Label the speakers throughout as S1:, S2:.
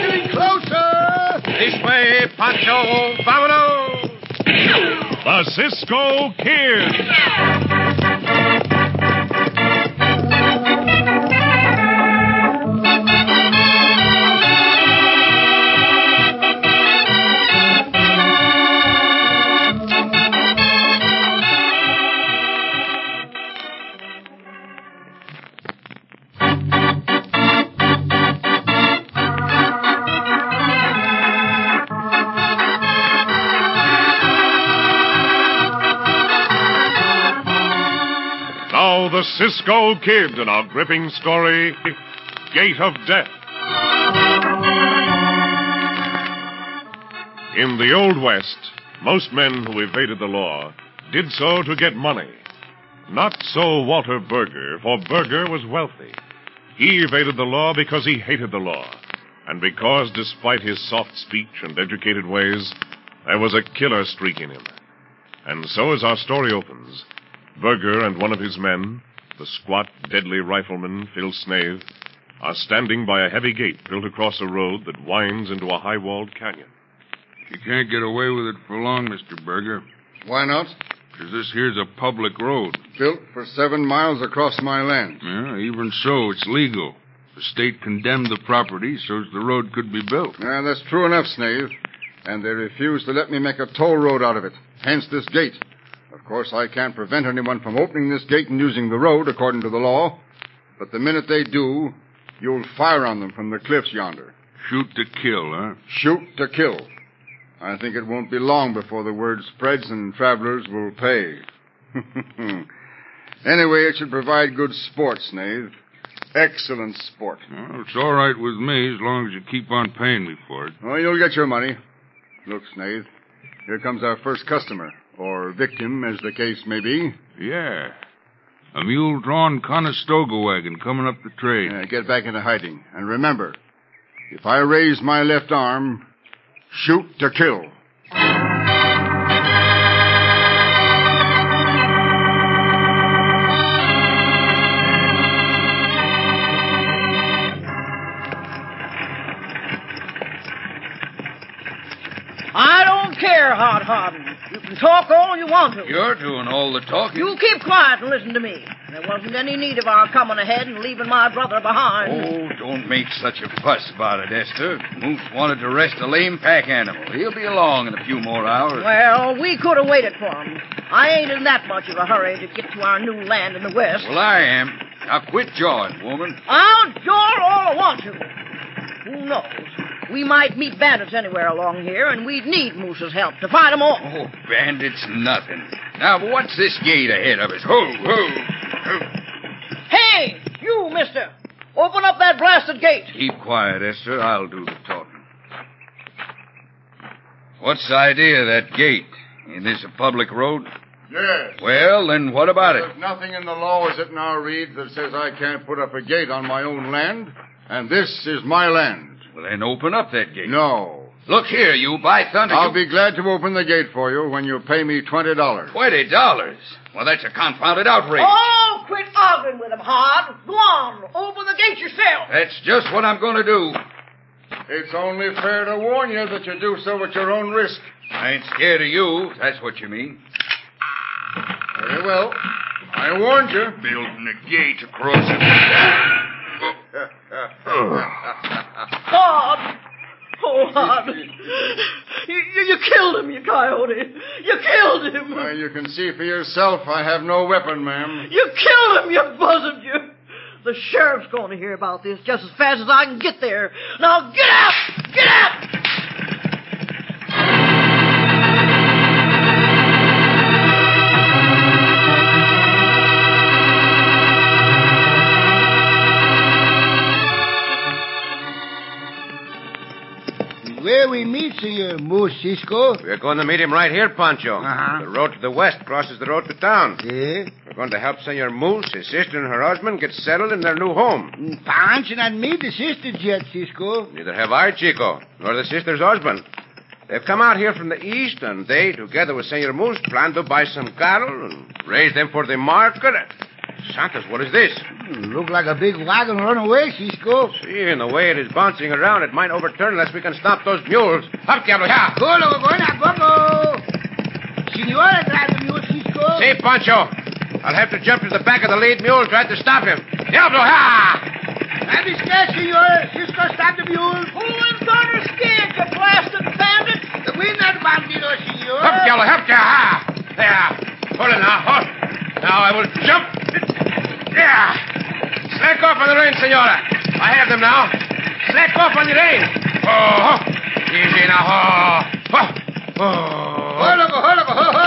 S1: getting closer.
S2: This way, Pancho, vámonos!
S3: The Cisco Kid. Now the Cisco Kid in our gripping story, Gate of Death. In the Old West, most men who evaded the law did so to get money. Not so Walter Berger, for Berger was wealthy. He evaded the law because he hated the law, and because, despite his soft speech and educated ways, there was a killer streak in him. And so, as our story opens, Berger and one of his men, the squat, deadly rifleman, Phil Snave, are standing by a heavy gate built across a road that winds into a high walled canyon.
S4: You can't get away with it for long, Mr. Berger,
S1: Why not?
S4: 'cause this here's a public road.
S1: Built for seven miles across my land.
S5: Hmm.
S4: Yeah, even so, it's legal. The state condemned the property so's the road could be built.
S1: Yeah, Ah, that's true enough, Snave. And they refuse to let me make a toll road out of it, hence this gate. Of course, I can't prevent anyone from opening this gate and using the road according to the law. But the minute they do, you'll fire on them from the cliffs yonder.
S4: Shoot to kill, huh?
S1: Shoot to kill. I think it won't be long before the word spreads and travelers will pay. anyway, it should provide good sport, Snave. Excellent sport.
S4: Well, it's all right with me as long as you keep on paying me for it.
S1: Well, you'll get your money. Look, Snaith, here comes our first customer, or victim, as the case may be.
S4: Yeah. A mule drawn Conestoga wagon coming up the trail.
S1: Uh, get back into hiding. And remember, if I raise my left arm, shoot to kill.
S6: I don't care, Hot Harden. You can talk all you want to.
S4: You're doing all the talking.
S6: You keep quiet and listen to me. There wasn't any need of our coming ahead and leaving my brother behind.
S2: Oh, don't make such a fuss about it, Esther. Moose wanted to rest a lame pack animal. He'll be along in a few more hours.
S6: Well, we could have waited for him. I ain't in that much of a hurry to get to our new land in the West.
S2: Well, I am. Now quit jawing, woman.
S6: I'll jaw all I want to. Who knows? We might meet bandits anywhere along here, and we'd need Moose's help to fight 'em off.
S2: Oh, bandits, nothing. Now, what's this gate ahead of us? Ho, ho, ho.
S6: Hey, you, mister! Open up that blasted gate.
S2: Keep quiet, Esther. I'll do the talking. What's the idea of that gate? Is this a public road?
S1: Yes.
S2: Well, then what about it?
S1: There's nothing in the law as it now reads that says I can't put up a gate on my own land, and this is my land.
S2: Well, then open up that gate.
S1: No.
S2: Look here, you by thunder.
S1: I'll
S2: you-
S1: be glad to open the gate for you when you pay me $20.
S2: Twenty dollars. Well, that's a confounded outrage.
S6: Oh, quit arguing with him, Hod. Go on, open the gate yourself.
S2: That's just what I'm going to do.
S1: It's only fair to warn you that you do so at your own risk.
S2: I ain't scared of you. if That's what you mean.
S1: Very well. I warned you.
S2: Building a gate across it.
S6: Hod. Oh, Hod. you, you, you killed him, you coyote. You killed him.
S1: Well, you can see for yourself I have no weapon, ma'am.
S6: You killed him, you buzzard, you. The sheriff's going to hear about this just as fast as I can get there. Now get out! Get out!
S5: Where we meet,
S7: Senor Moose Cisco?
S5: We're going to meet him right here, Pancho.
S7: Uh-huh.
S5: The road to the west crosses the road to town.
S7: Eh?
S5: We're going to help Senor Moose, his sister, and her husband get settled in their new home.
S7: Mm, Pancho not made the sisters yet, Cisco.
S5: Neither have I, Chico, nor the sister's husband. They've come out here from the east, and they, together with Senor Moose, plan to buy some cattle and raise them for the market. Santos, what is this?
S7: Look like a big wagon run away, Cisco.
S5: See, in the way it is bouncing around, it might overturn unless we can stop those mules. Up, Diablo, yeah!
S7: Go, loco, go, now, go, go. Senora, drive the mule, Cisco.
S5: See, Pancho, I'll have to jump to the back of the lead mule and try to stop him. Diablo, ha!
S7: I'll be scared, senor. Cisco, stop the mule.
S6: Who is gonna scared, you blasted bandit?
S7: We're not bandidos, senor.
S5: Help, Diablo, help, ya, ha! There. Hold it now, hold. Now I will jump. Yeah. Slack off on the reins, senora. I have them now. Slack off on the reins. Oh, oh. easy now. Oh, oh.
S7: Ho,
S5: oh.
S7: loco, ho, loco, ho, ho.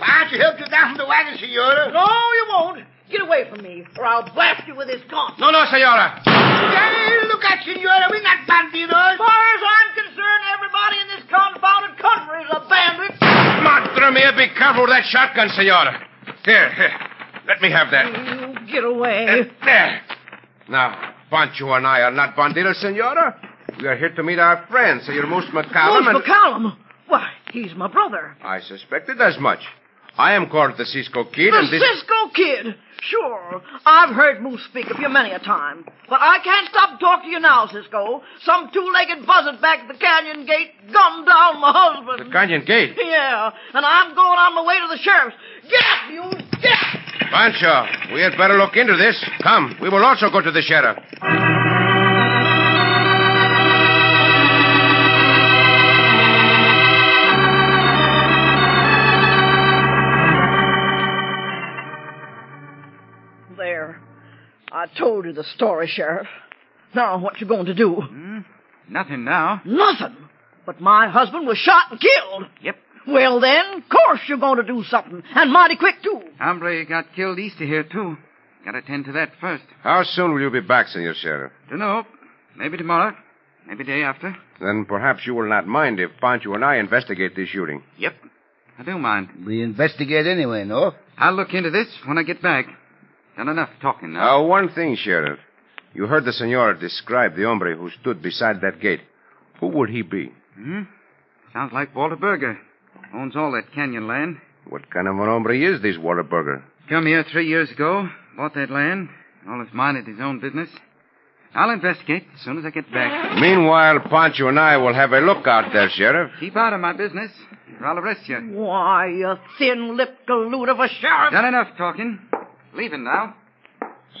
S7: Pancho helped you down from the wagon, senora.
S6: No, you won't. Get away from me, or I'll blast you with this gauntlet.
S5: No, no, senora.
S7: Hey, look out, senora. We're not bandidos.
S6: As far as I'm concerned, everybody in this confounded country is a bandit.
S5: Madre mia, be careful with that shotgun, senora. Here, here. Let me have that.
S6: You get away.
S5: Uh, There. Now, Pancho and I are not bandidos, senora. We are here to meet our friend, Senor Moose McCallum.
S6: Who's
S5: and-
S6: McCallum? Why, he's my brother.
S5: I suspected as much. I am called the Cisco Kid,
S6: The
S5: and this.
S6: Cisco kid. Sure, I've heard Moose speak of you many a time. But I can't stop talking to you now, Cisco. Some two-legged buzzard back at the canyon gate gunned down my
S5: The
S6: husband.
S5: Canyon Gate.
S6: Yeah, and I'm going on my way to the sheriff's. Get up, you! Get up!
S5: Pancho, we had better look into this. Come, we will also go to the sheriff.
S6: There. I told you the story, Sheriff. Now, what you going to do?
S5: Hmm?
S8: Nothing now.
S6: Nothing. But my husband was shot and killed.
S8: Yep.
S6: Well, then, of course you're going to do something, and mighty quick, too.
S8: Hombre got killed east of here, too. Gotta tend to that first.
S5: How soon will you be back, Senor Sheriff?
S8: Dunno. Maybe tomorrow. Maybe day after.
S5: Then perhaps you will not mind if Pancho and I investigate this shooting.
S8: Yep. I do mind.
S7: We investigate anyway, no?
S8: I'll look into this when I get back. Done enough talking now.
S5: Now, one thing, Sheriff. You heard the Senora describe the hombre who stood beside that gate. Who would he be?
S8: Hmm? Sounds like Walter Berger. Owns all that canyon land.
S5: What kind of an hombre is this Waterburger?
S8: Come here three years ago, bought that land, and all is mine at his own business. I'll investigate as soon as I get back.
S5: Meanwhile, Pancho and I will have a lookout there, Sheriff.
S8: Keep out of my business, or I'll arrest you.
S6: Why, you thin-lipped galoot of a sheriff.
S8: Done enough talking. Leaving now.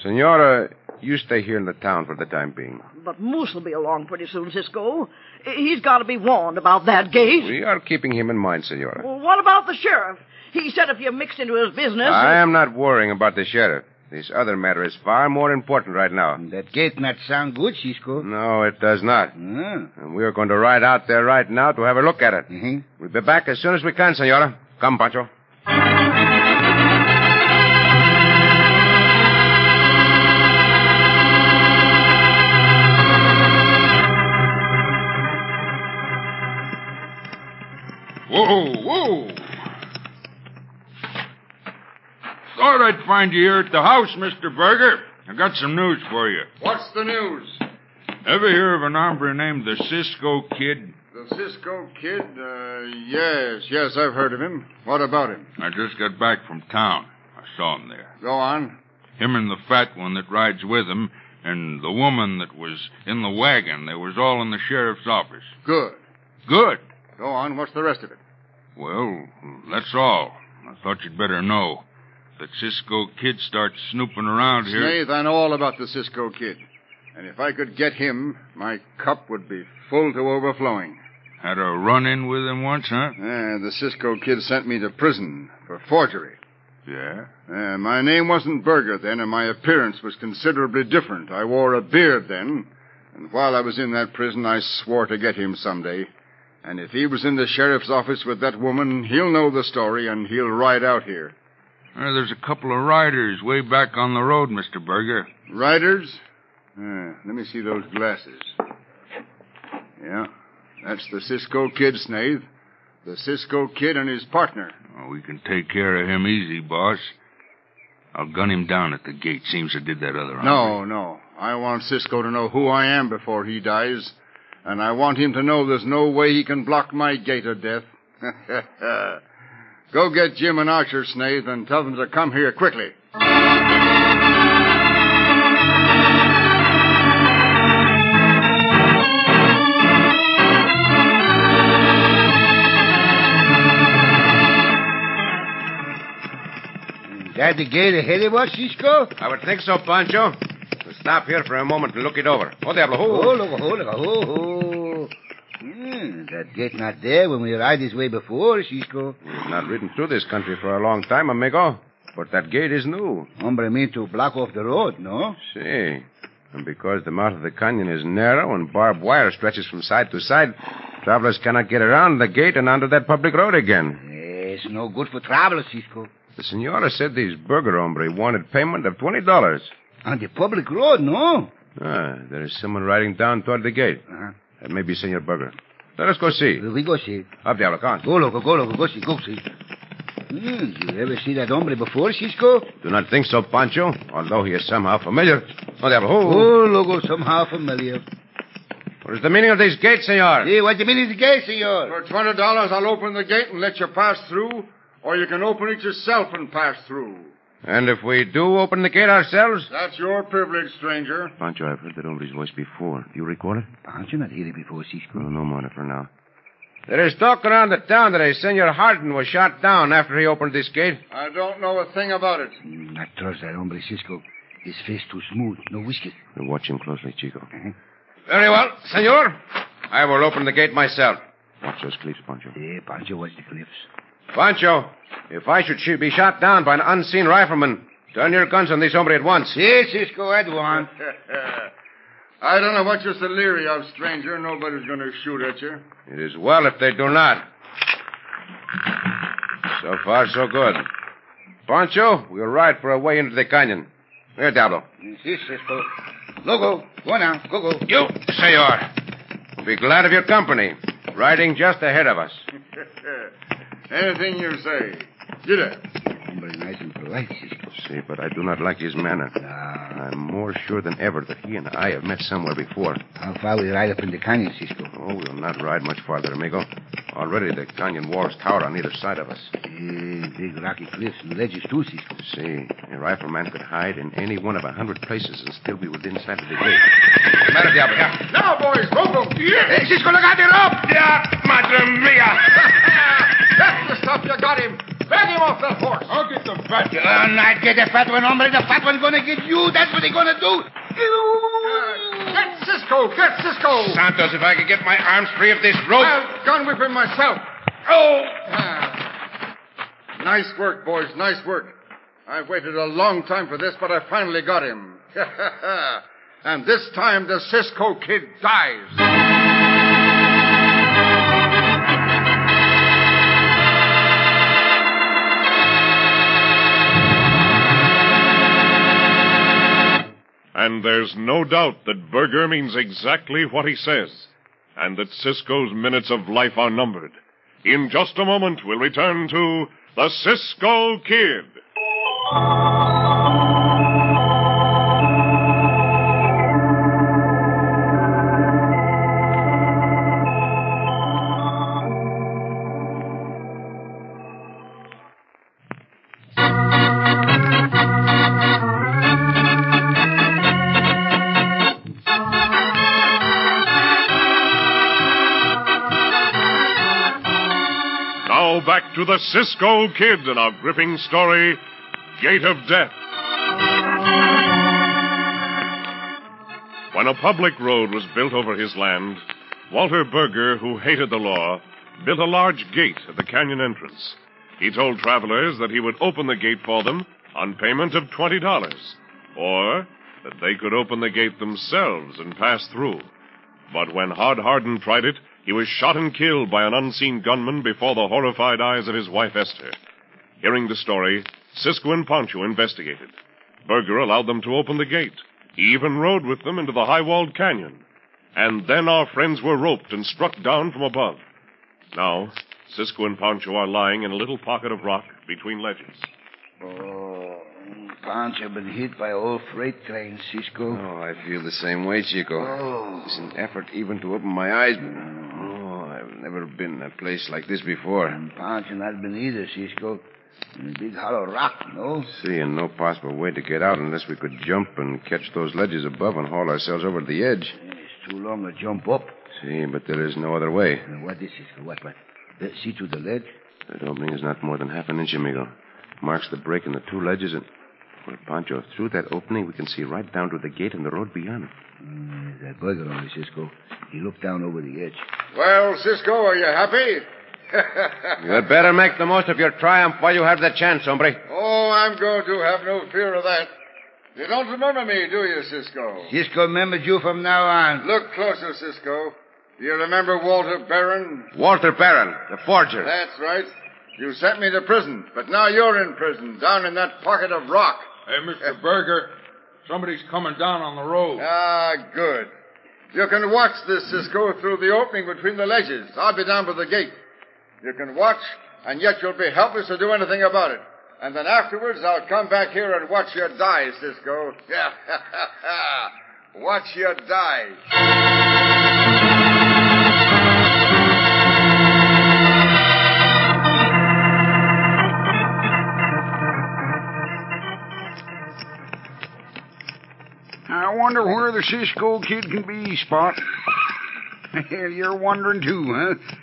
S5: Senora, you stay here in the town for the time being.
S6: But Moose will be along pretty soon, Cisco. He's got to be warned about that gate.
S5: We are keeping him in mind, Senora.
S6: Well, what about the sheriff? He said if you mixed into his business...
S5: I am not worrying about the sheriff. This other matter is far more important right now.
S7: That gate not sound good,
S4: Hmm.
S7: Cisco.
S5: No, it does not.
S7: Ah.
S5: And we are going to ride out there right now to have a look at it.
S7: hmm
S5: We'll be back as soon as we can, Senora. Come, Pancho.
S4: Whoa, whoa. Thought I'd find you here at the house, Mr. Berger. I got some news for you.
S1: What's the news?
S4: Ever hear of an hombre named the Cisco Kid?
S1: The Cisco Kid? Uh, yes, yes, I've heard of him. What about him?
S4: I just got back from town. I saw him there.
S1: Go on.
S4: Him and the fat one that rides with him, and the woman that was in the wagon. They was all in the sheriff's office.
S1: Good.
S4: Good.
S1: Go on. What's the rest of it?
S4: Well, that's all. I thought you'd better know. That Cisco Kid starts snooping around here.
S1: Snaith, I know all about the Cisco Kid. And if I could get him, my cup would be full to overflowing.
S4: Had a run in with him once, huh?
S1: Ah, the Cisco Kid sent me to prison for forgery.
S4: Yeah.
S1: Uh, my name wasn't Berger then, and my appearance was considerably different. I wore a beard then, and while I was in that prison, I swore to get him someday. And if he was in the sheriff's office with that woman, he'll know the story, and he'll ride out here.
S4: Uh, there's a couple of riders way back on the road, Mr. Berger.
S1: Eh, Riders? Uh, let me see those glasses. Yeah. That's the Cisco Kid, Snaith. The Cisco Kid and his partner.
S4: Well, we can take care of him easy, boss. I'll gun him down at the gate. Seems I did that other
S1: No, no. I want Cisco to know who I am before he dies. And I want him to know there's no way he can block my gate of death. Go get Jim and Archer, Snaith, and tell them to come here quickly.
S7: That the gate ahead of us, Cisco?
S5: I would think so, Pancho. We'll stop here for a moment and look it over. Oh, Diablo.
S7: Oh,
S5: Oh,
S7: look, oh, look, oh, oh. Hmm, that gate not there when we arrived this way before, Cisco.
S5: Not ridden through this country for a long time, amigo. But that gate is new.
S7: Hombre mean to block off the road, no?
S5: See. And because the mouth of the canyon is narrow and barbed wire stretches from side to side, travelers cannot get around the gate and onto that public road again.
S7: Yes, no good for travelers, Cisco.
S5: The senora said these burger hombre wanted payment of twenty dollars.
S7: On the public road, no?
S5: Ah, there is someone riding down toward the gate.
S7: Uh-huh.
S5: That may be Senor Burger. Let us go see.
S7: We go see.
S5: Up, Diablo, come on.
S7: Go, loco, go, loco, go see, go see. Hmm, you ever see that hombre before, Cisco?
S5: Do not think so, Pancho, although he is somehow familiar. Oh, Diablo, who?
S7: Oh, logo somehow familiar.
S5: What is the meaning of these gates, senor?
S7: Hey, what do you mean it's gay, senor?
S1: For twenty dollars, I'll open the gate and let you pass through, or you can open it yourself and pass through.
S5: And if we do open the gate ourselves?
S1: That's your privilege, stranger.
S4: Pancho, I've heard that hombre's voice before. Do you recall it?
S7: Aren't you not here before, Cisco?
S4: no matter for now.
S5: There is talk around the town that a Senor Hardin was shot down after he opened this gate.
S1: I don't know a thing about it.
S7: Mm, not trust that hombre, Cisco. His face too smooth, no whiskers.
S4: Watch him closely, Chico.
S5: Very well, senor. I will open the gate myself.
S4: Watch those cliffs, Pancho.
S7: Hey, Pancho watch the cliffs.
S5: Pancho, if I should sh- be shot down by an unseen rifleman, turn your guns on this hombre at once.
S7: Yes, Cisco, at one.
S1: I don't know what you're so leery of, stranger. Nobody's going to shoot at you.
S5: It is well if they do not. So far, so good. Pancho, we'll ride for a way into the canyon. Here, Diablo.
S7: Yes, Mm, Cisco. Logo, go now, go, go.
S5: You, senor. will be glad of your company. Riding just ahead of us.
S1: Anything you say. Get up.
S7: Hombre, nice and polite, Cisco.
S4: See, but I do not like his manner. I'm more sure than ever that he and I have met somewhere before.
S7: How far we ride up in the canyon, Cisco?
S4: Oh, we'll not ride much farther, amigo. Already the canyon walls tower on either side of us.
S7: Yeah, big rocky Mm, cliffs and ledges too, Cisco.
S4: See, a rifleman could hide in any one of a hundred places and still be within sight of the gate.
S5: What's the matter, Diablo?
S1: Now, boys, go, go. Yeah.
S5: Hey, Cisco, look out the rope! Yeah, madre
S1: That's the stuff you got him. Back him off that horse. I'll get the fat.
S7: You'll not get the fat one, hombre. The fat one gonna get you. That's what they gonna do.
S1: Uh, Get Cisco. Get Cisco.
S5: Santos, if I could get my arms free of this rope.
S1: I'll gun whip him myself.
S5: oh!
S1: Ah. Nice work, boys. Nice work. I've waited a long time for this, but I finally got him. and this time the Cisco kid dies.
S3: And there's no doubt that Berger means exactly what he says, and that Cisco's minutes of life are numbered. In just a moment, we'll return to the Cisco Kid. Now back to the Cisco Kid and our gripping story, Gate of Death. When a public road was built over his land, Walter Berger, who hated the law, built a large gate at the canyon entrance. He told travelers that he would open the gate for them on payment of $20, or that they could open the gate themselves and pass through. But when Hod Hardin tried it, he was shot and killed by an unseen gunman before the horrified eyes of his wife Esther. Hearing the story, Cisco and Pancho investigated. Berger allowed them to open the gate. He even rode with them into the high walled canyon. And then our friends were roped and struck down from above. Now, Cisco and Pancho are lying in a little pocket of rock between ledges.
S7: Oh, Pancho been hit by old freight train, Cisco.
S5: Oh, I feel the same way, Chico.
S7: Oh.
S5: It's an effort even to open my eyes. but- Oh, I've never been in a place like this before.
S7: And Pancho not been either, Cisco. In a big hollow rock, no?
S5: Seeing no possible way to get out unless we could jump and catch those ledges above and haul ourselves over to the edge.
S7: It's too long to jump up.
S5: See, but there is no other way.
S7: Uh, What is Cisco? What, what? Uh, see to the ledge?
S5: That opening is not more than half an inch, amigo. Marks the break in the two ledges and. Well, Pancho, through that opening we can see right down to the gate and the road beyond.
S7: Mm, that burger on me, Cisco. He looked down over the edge.
S1: Well, Cisco, are you happy?
S5: You'd better make the most of your triumph while you have the chance, hombre.
S1: Oh, I'm going to have no fear of that. You don't remember me, do you, Cisco?
S7: Cisco remembered you from now on.
S1: Look closer, Cisco. Do you remember Walter Barron?
S5: Walter Barron, the forger.
S1: That's right. You sent me to prison, but now you're in prison, down in that pocket of rock.
S9: Hey, Mr. Berger, somebody's coming down on the road.
S1: Ah, good. You can watch this, Cisco, through the opening between the ledges. I'll be down by the gate. You can watch, and yet you'll be helpless to do anything about it. And then afterwards, I'll come back here and watch you die, Cisco. watch you die.
S8: I wonder where the Cisco kid can be, Spot. You're wondering too, huh?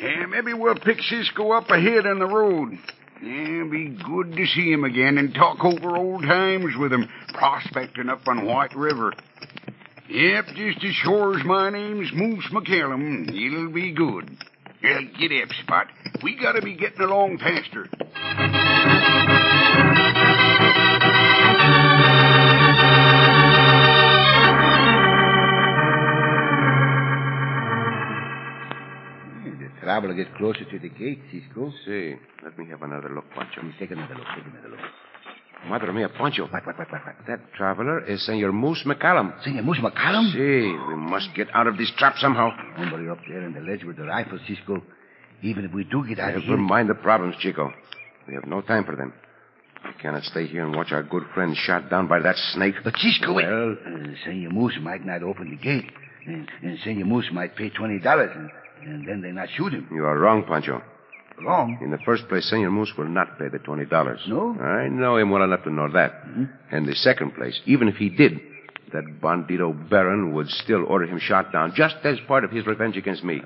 S8: Yeah, maybe we'll pick Cisco up ahead on the road. Yeah, be good to see him again and talk over old times with him, prospecting up on White River. Yep, just as sure as my name's Moose McCallum, it'll be good. Yeah, get up, Spot. We gotta be getting along faster.
S7: Hmm, The trouble will get closer to the gate, Cisco.
S5: See, let me have another look, Pancho.
S7: Please take another look, take another look.
S5: Mother mia, Pancho.
S7: What, what, what, what, what?
S5: That traveler is Senor Moose McCallum.
S7: Senor Moose McCallum?
S5: See, we must get out of this trap somehow.
S7: Hombre up there on the ledge with the rifle, Cisco. Even if we do get out of
S5: Never
S7: here...
S5: mind the problems, Chico. We have no time for them. We cannot stay here and watch our good friend shot down by that snake.
S7: But Cisco...
S5: Well,
S7: Well, uh, Senor Moose might not open the gate. And, and Senor Moose might pay $20 and, and then they not shoot him.
S5: You are wrong, Pancho.
S7: Wrong.
S5: In the first place, Senor Moose will not pay the twenty dollars.
S7: No? Mm-hmm.
S5: I know him well enough to know that. And the second place, even if he did, that bandito Baron would still order him shot down, just as part of his revenge against me.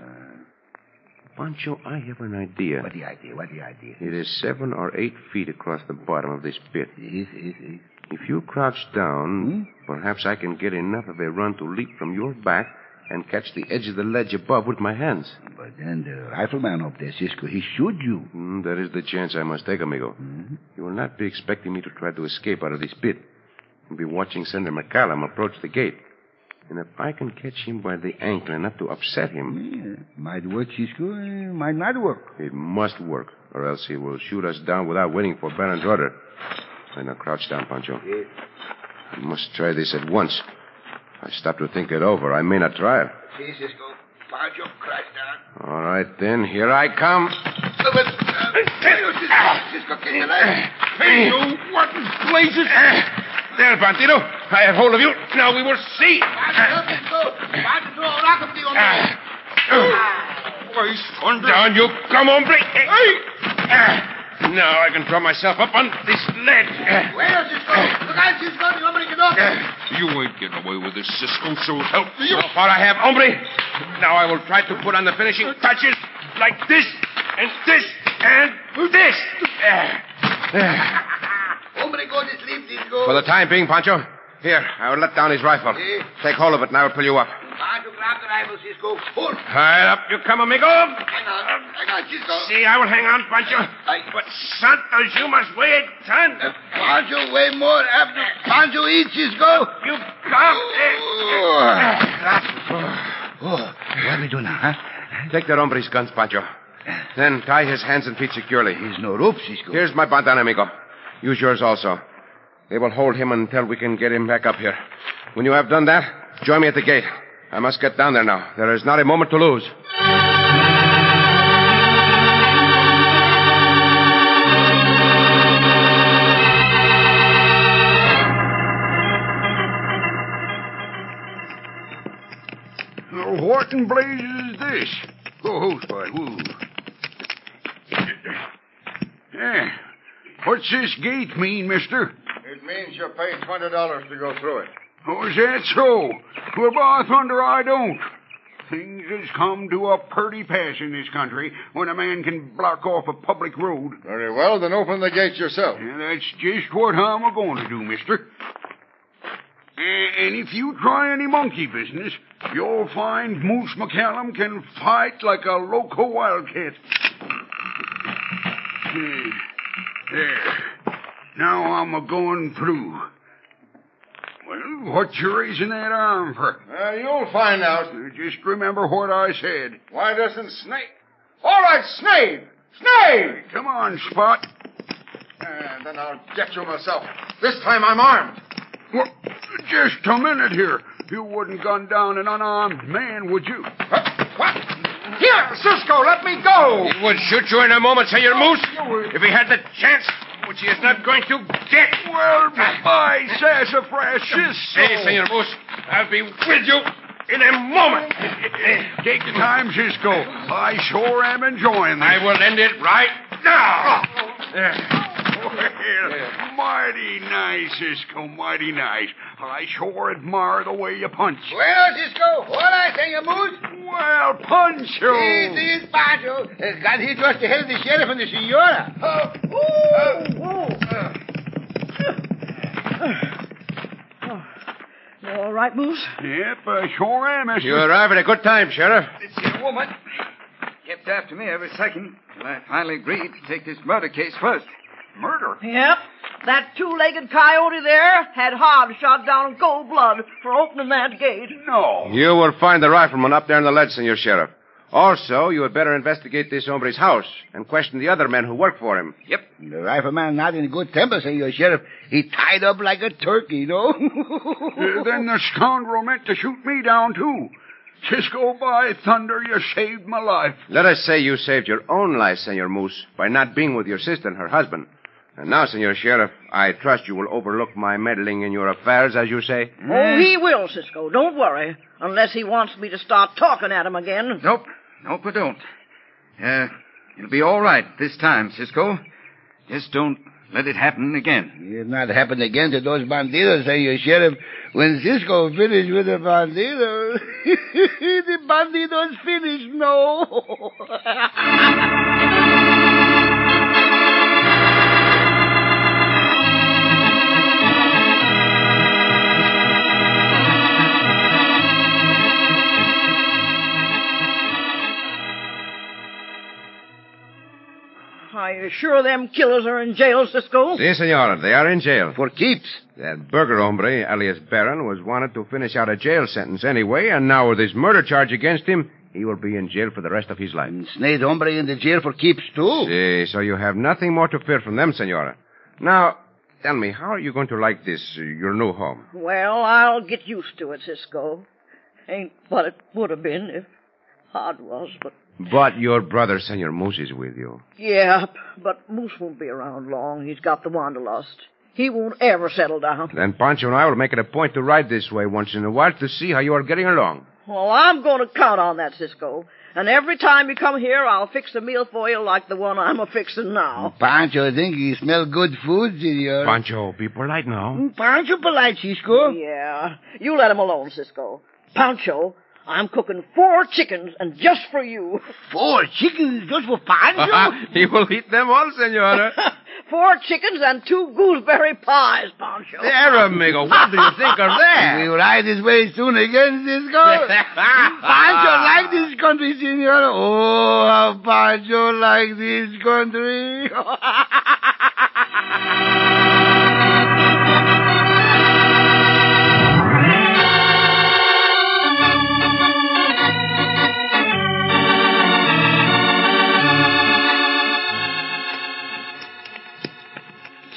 S5: Pancho, I have an idea.
S7: What the idea, what the idea?
S5: It is seven or eight feet across the bottom of this pit.
S7: Yes, yes, yes.
S5: If you crouch down, perhaps I can get enough of a run to leap from your back and catch the edge of the ledge above with my hands.
S7: But then the rifleman up there, Cisco, he shoot you.
S5: Mm, that is the chance I must take, amigo. You will not be expecting me to try to escape out of this pit. You'll be watching Senator McCallum approach the gate. And if I can catch him by the ankle enough to upset him,
S7: Yeah, might work, Cisco. eh, Might not work.
S5: it must work, or else he will shoot us down without waiting for Baron's order. And now crouch down, Pancho. I must try this at once. I stop to think it over. I may not try it.
S7: See, Cisco. Pancho, crash down.
S5: All right, then. Here I come.
S7: Cisco, kick the leg.
S10: Hey, you, what in blazes? There, Bandito. I have hold of you. Now we will see.
S5: Ah. Oh.
S10: Down you come, hombre. Hey. Now I can draw myself up on this ledge.
S9: You ain't getting away with this, Cisco, so help me.
S10: So far I have, hombre. Now I will try to put on the finishing touches like this, and this, and this.
S7: Hombre, go to sleep, Cisco.
S5: For the time being, Pancho, here, I will let down his rifle.
S7: Eh?
S5: Take hold of it, and I will pull you up.
S7: Pancho, grab the rifle, Cisco. Pull.
S10: Right up you come, amigo.
S7: Hang on. Hang on, Cisco.
S10: See, I will hang on, Pancho.
S7: I-
S10: But Santos, you must wait, son.
S7: Pancho, way more after Pancho eats, Cisco.
S10: You come.
S7: Oh, what do we do now, huh?
S5: Take that hombre's guns, Pancho. Then tie his hands and feet securely.
S7: There's no rope, Cisco.
S5: Here's my bandana, amigo. Use yours also. They will hold him until we can get him back up here. When you have done that, join me at the gate. I must get down there now. There is not a moment to lose.
S8: Now, What in blazes is this? Go, hose bud. Woo. Yeah. What's this gate mean, mister?
S1: It means you pay $20 to go through it.
S8: Oh, is that so? Well, by thunder, I don't. Things has come to a purty pass in this country when a man can block off a public road.
S1: Very well, then open the gates yourself.
S8: And that's just what I'm a going to do, mister. A- And if you try any monkey business, you'll find Moose McCallum can fight like a loco wildcat. Hmm. There. Now I'm a going through. Well, what you raising that arm for?
S1: Uh, you'll find out.
S8: Just remember what I said.
S1: Why doesn't Snape? All right, Snape! Snape!
S8: Come on, Spot.
S1: And then I'll get you myself. This time I'm armed.
S8: Well, just a minute here. You wouldn't gun down an unarmed man, would you?
S1: What? Here, Cisco, let me go!
S2: He would shoot you in a moment, Senor Moose,
S1: would.
S2: if he had the chance, which he is not going to get.
S8: Well, by sassafras,
S2: Hey, Senor Moose, I'll be with you in a moment.
S8: Take your time, Cisco. Oh, I sure am enjoying this.
S2: I will end it right now.
S1: Ah.
S8: Well, mighty nice, Cisco, mighty nice. I sure admire the way you punch.
S7: Well, Cisco, what I say, you moose?
S8: Well, punch you.
S7: This is Pancho. Uh, Got here just ahead of the sheriff and the senora.
S6: You all right, Moose?
S8: Yep, I sure am, mister.
S5: You arrive at a good time, Sheriff.
S7: This woman kept after me every second till I finally agreed to take this murder case first.
S8: Murder.
S6: Yep. That two-legged coyote there had Hobbs shot down in cold blood for opening that gate.
S8: No.
S5: You will find the rifleman up there in the ledge, Senor Sheriff. Also, you had better investigate this hombre's house and question the other men who work for him.
S7: Yep. The rifleman not in good temper, senor sheriff. He tied up like a turkey, you know.
S8: Uh, then the scoundrel meant to shoot me down, too. Cisco, by thunder, you saved my life.
S5: Let us say you saved your own life, Senor Moose, by not being with your sister and her husband. And now, Senor Sheriff, I trust you will overlook my meddling in your affairs, as you say.
S6: Oh, he will, Cisco. Don't worry. Unless he wants me to start talking at him again.
S7: Nope. Nope, I don't. Uh, it'll be all right this time, Cisco. Just don't let it happen again. It not happen again to those bandidos, Senor Sheriff. When Cisco finished with the bandido, the bandidos finished, no.
S6: Are you sure them killers are in jail, Cisco?
S5: Si, Senor, they are in jail.
S7: For keeps.
S5: That burger hombre, alias Baron, was wanted to finish out a jail sentence anyway, and now with this murder charge against him, he will be in jail for the rest of his life.
S7: And Snade hombre in the jail for keeps, too.
S5: Si, so you have nothing more to fear from them, Senora. Now, tell me, how are you going to like this, uh, your new home?
S6: Well, I'll get used to it, Cisco. Ain't what it would have been if Hod was, but
S5: But your brother, Senor Moose, is with you.
S6: yeah, but Moose won't be around long. He's got the wanderlust. He won't ever settle down.
S5: Then Pancho and I will make it a point to ride this way once in a while to see how you are getting along.
S6: Well, I'm going to count on that, Cisco. And every time you come here, I'll fix a meal for you like the one I'm a fixing now.
S7: Oh, Pancho think he smell good food, senor.
S5: Pancho, be polite now.
S7: Pancho polite, Cisco.
S6: Yeah, you let him alone, Cisco. Pancho, I'm cooking four chickens and just for you.
S7: Four chickens just for Pancho?
S5: Ah, he will eat them all, Senora.
S6: Four chickens and two gooseberry pies, Pancho.
S5: there, amigo. What do you think of
S7: we
S5: that?
S7: ride this way soon again, Cisco. Pancho like this country, senor. Oh, how Pancho like this country.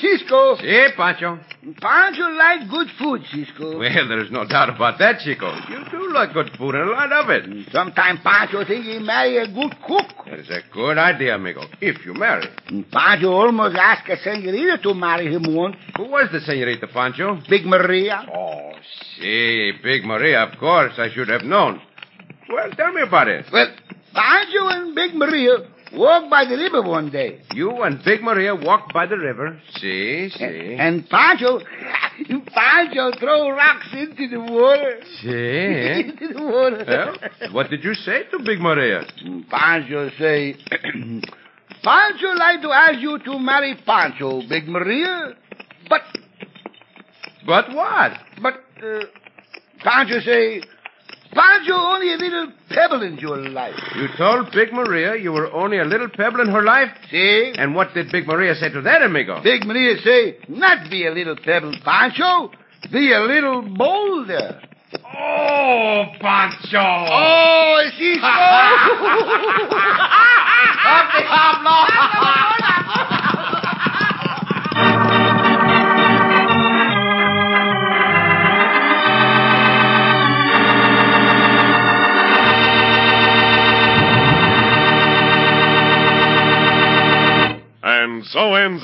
S7: Cisco, Cisco?
S5: Si, Pancho.
S7: Pancho like good food, Cisco.
S5: Well, there's no doubt about that, Chico. You do like good food and a lot of it.
S7: Sometimes Pancho think he marry a good cook.
S5: That is a good idea, amigo, if you marry.
S7: Pancho almost asked a senorita to marry him once.
S5: Who was the senorita, Pancho?
S7: Big Maria.
S5: Oh, si, Big Maria, of course. I should have known. Well, tell me about it. Well,
S7: Pancho and Big Maria walked by the river one day.
S5: you and Big Maria walked by the river. Si, si.
S7: And Pancho, Pancho throw rocks into the water.
S5: si, eh?
S7: into the water.
S5: Well, what did you say to Big Maria?
S7: Pancho say, Pancho like to ask you to marry Pancho, Big Maria. But,
S5: But what?
S7: but, uh, Pancho say, Pancho only a little pebble in your life.
S5: You told Big Maria you were only a little pebble in her life?
S7: See?
S5: And what did Big Maria say to that, amigo?
S7: Big Maria say, not be a little pebble, Pancho. Be a little bolder.
S5: Oh, Pancho!
S7: Oh, she's
S3: And so ends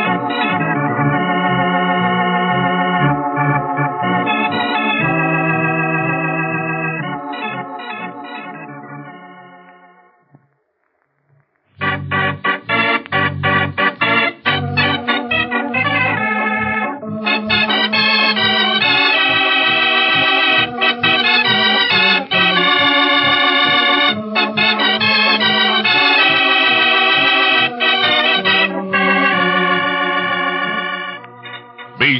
S3: Be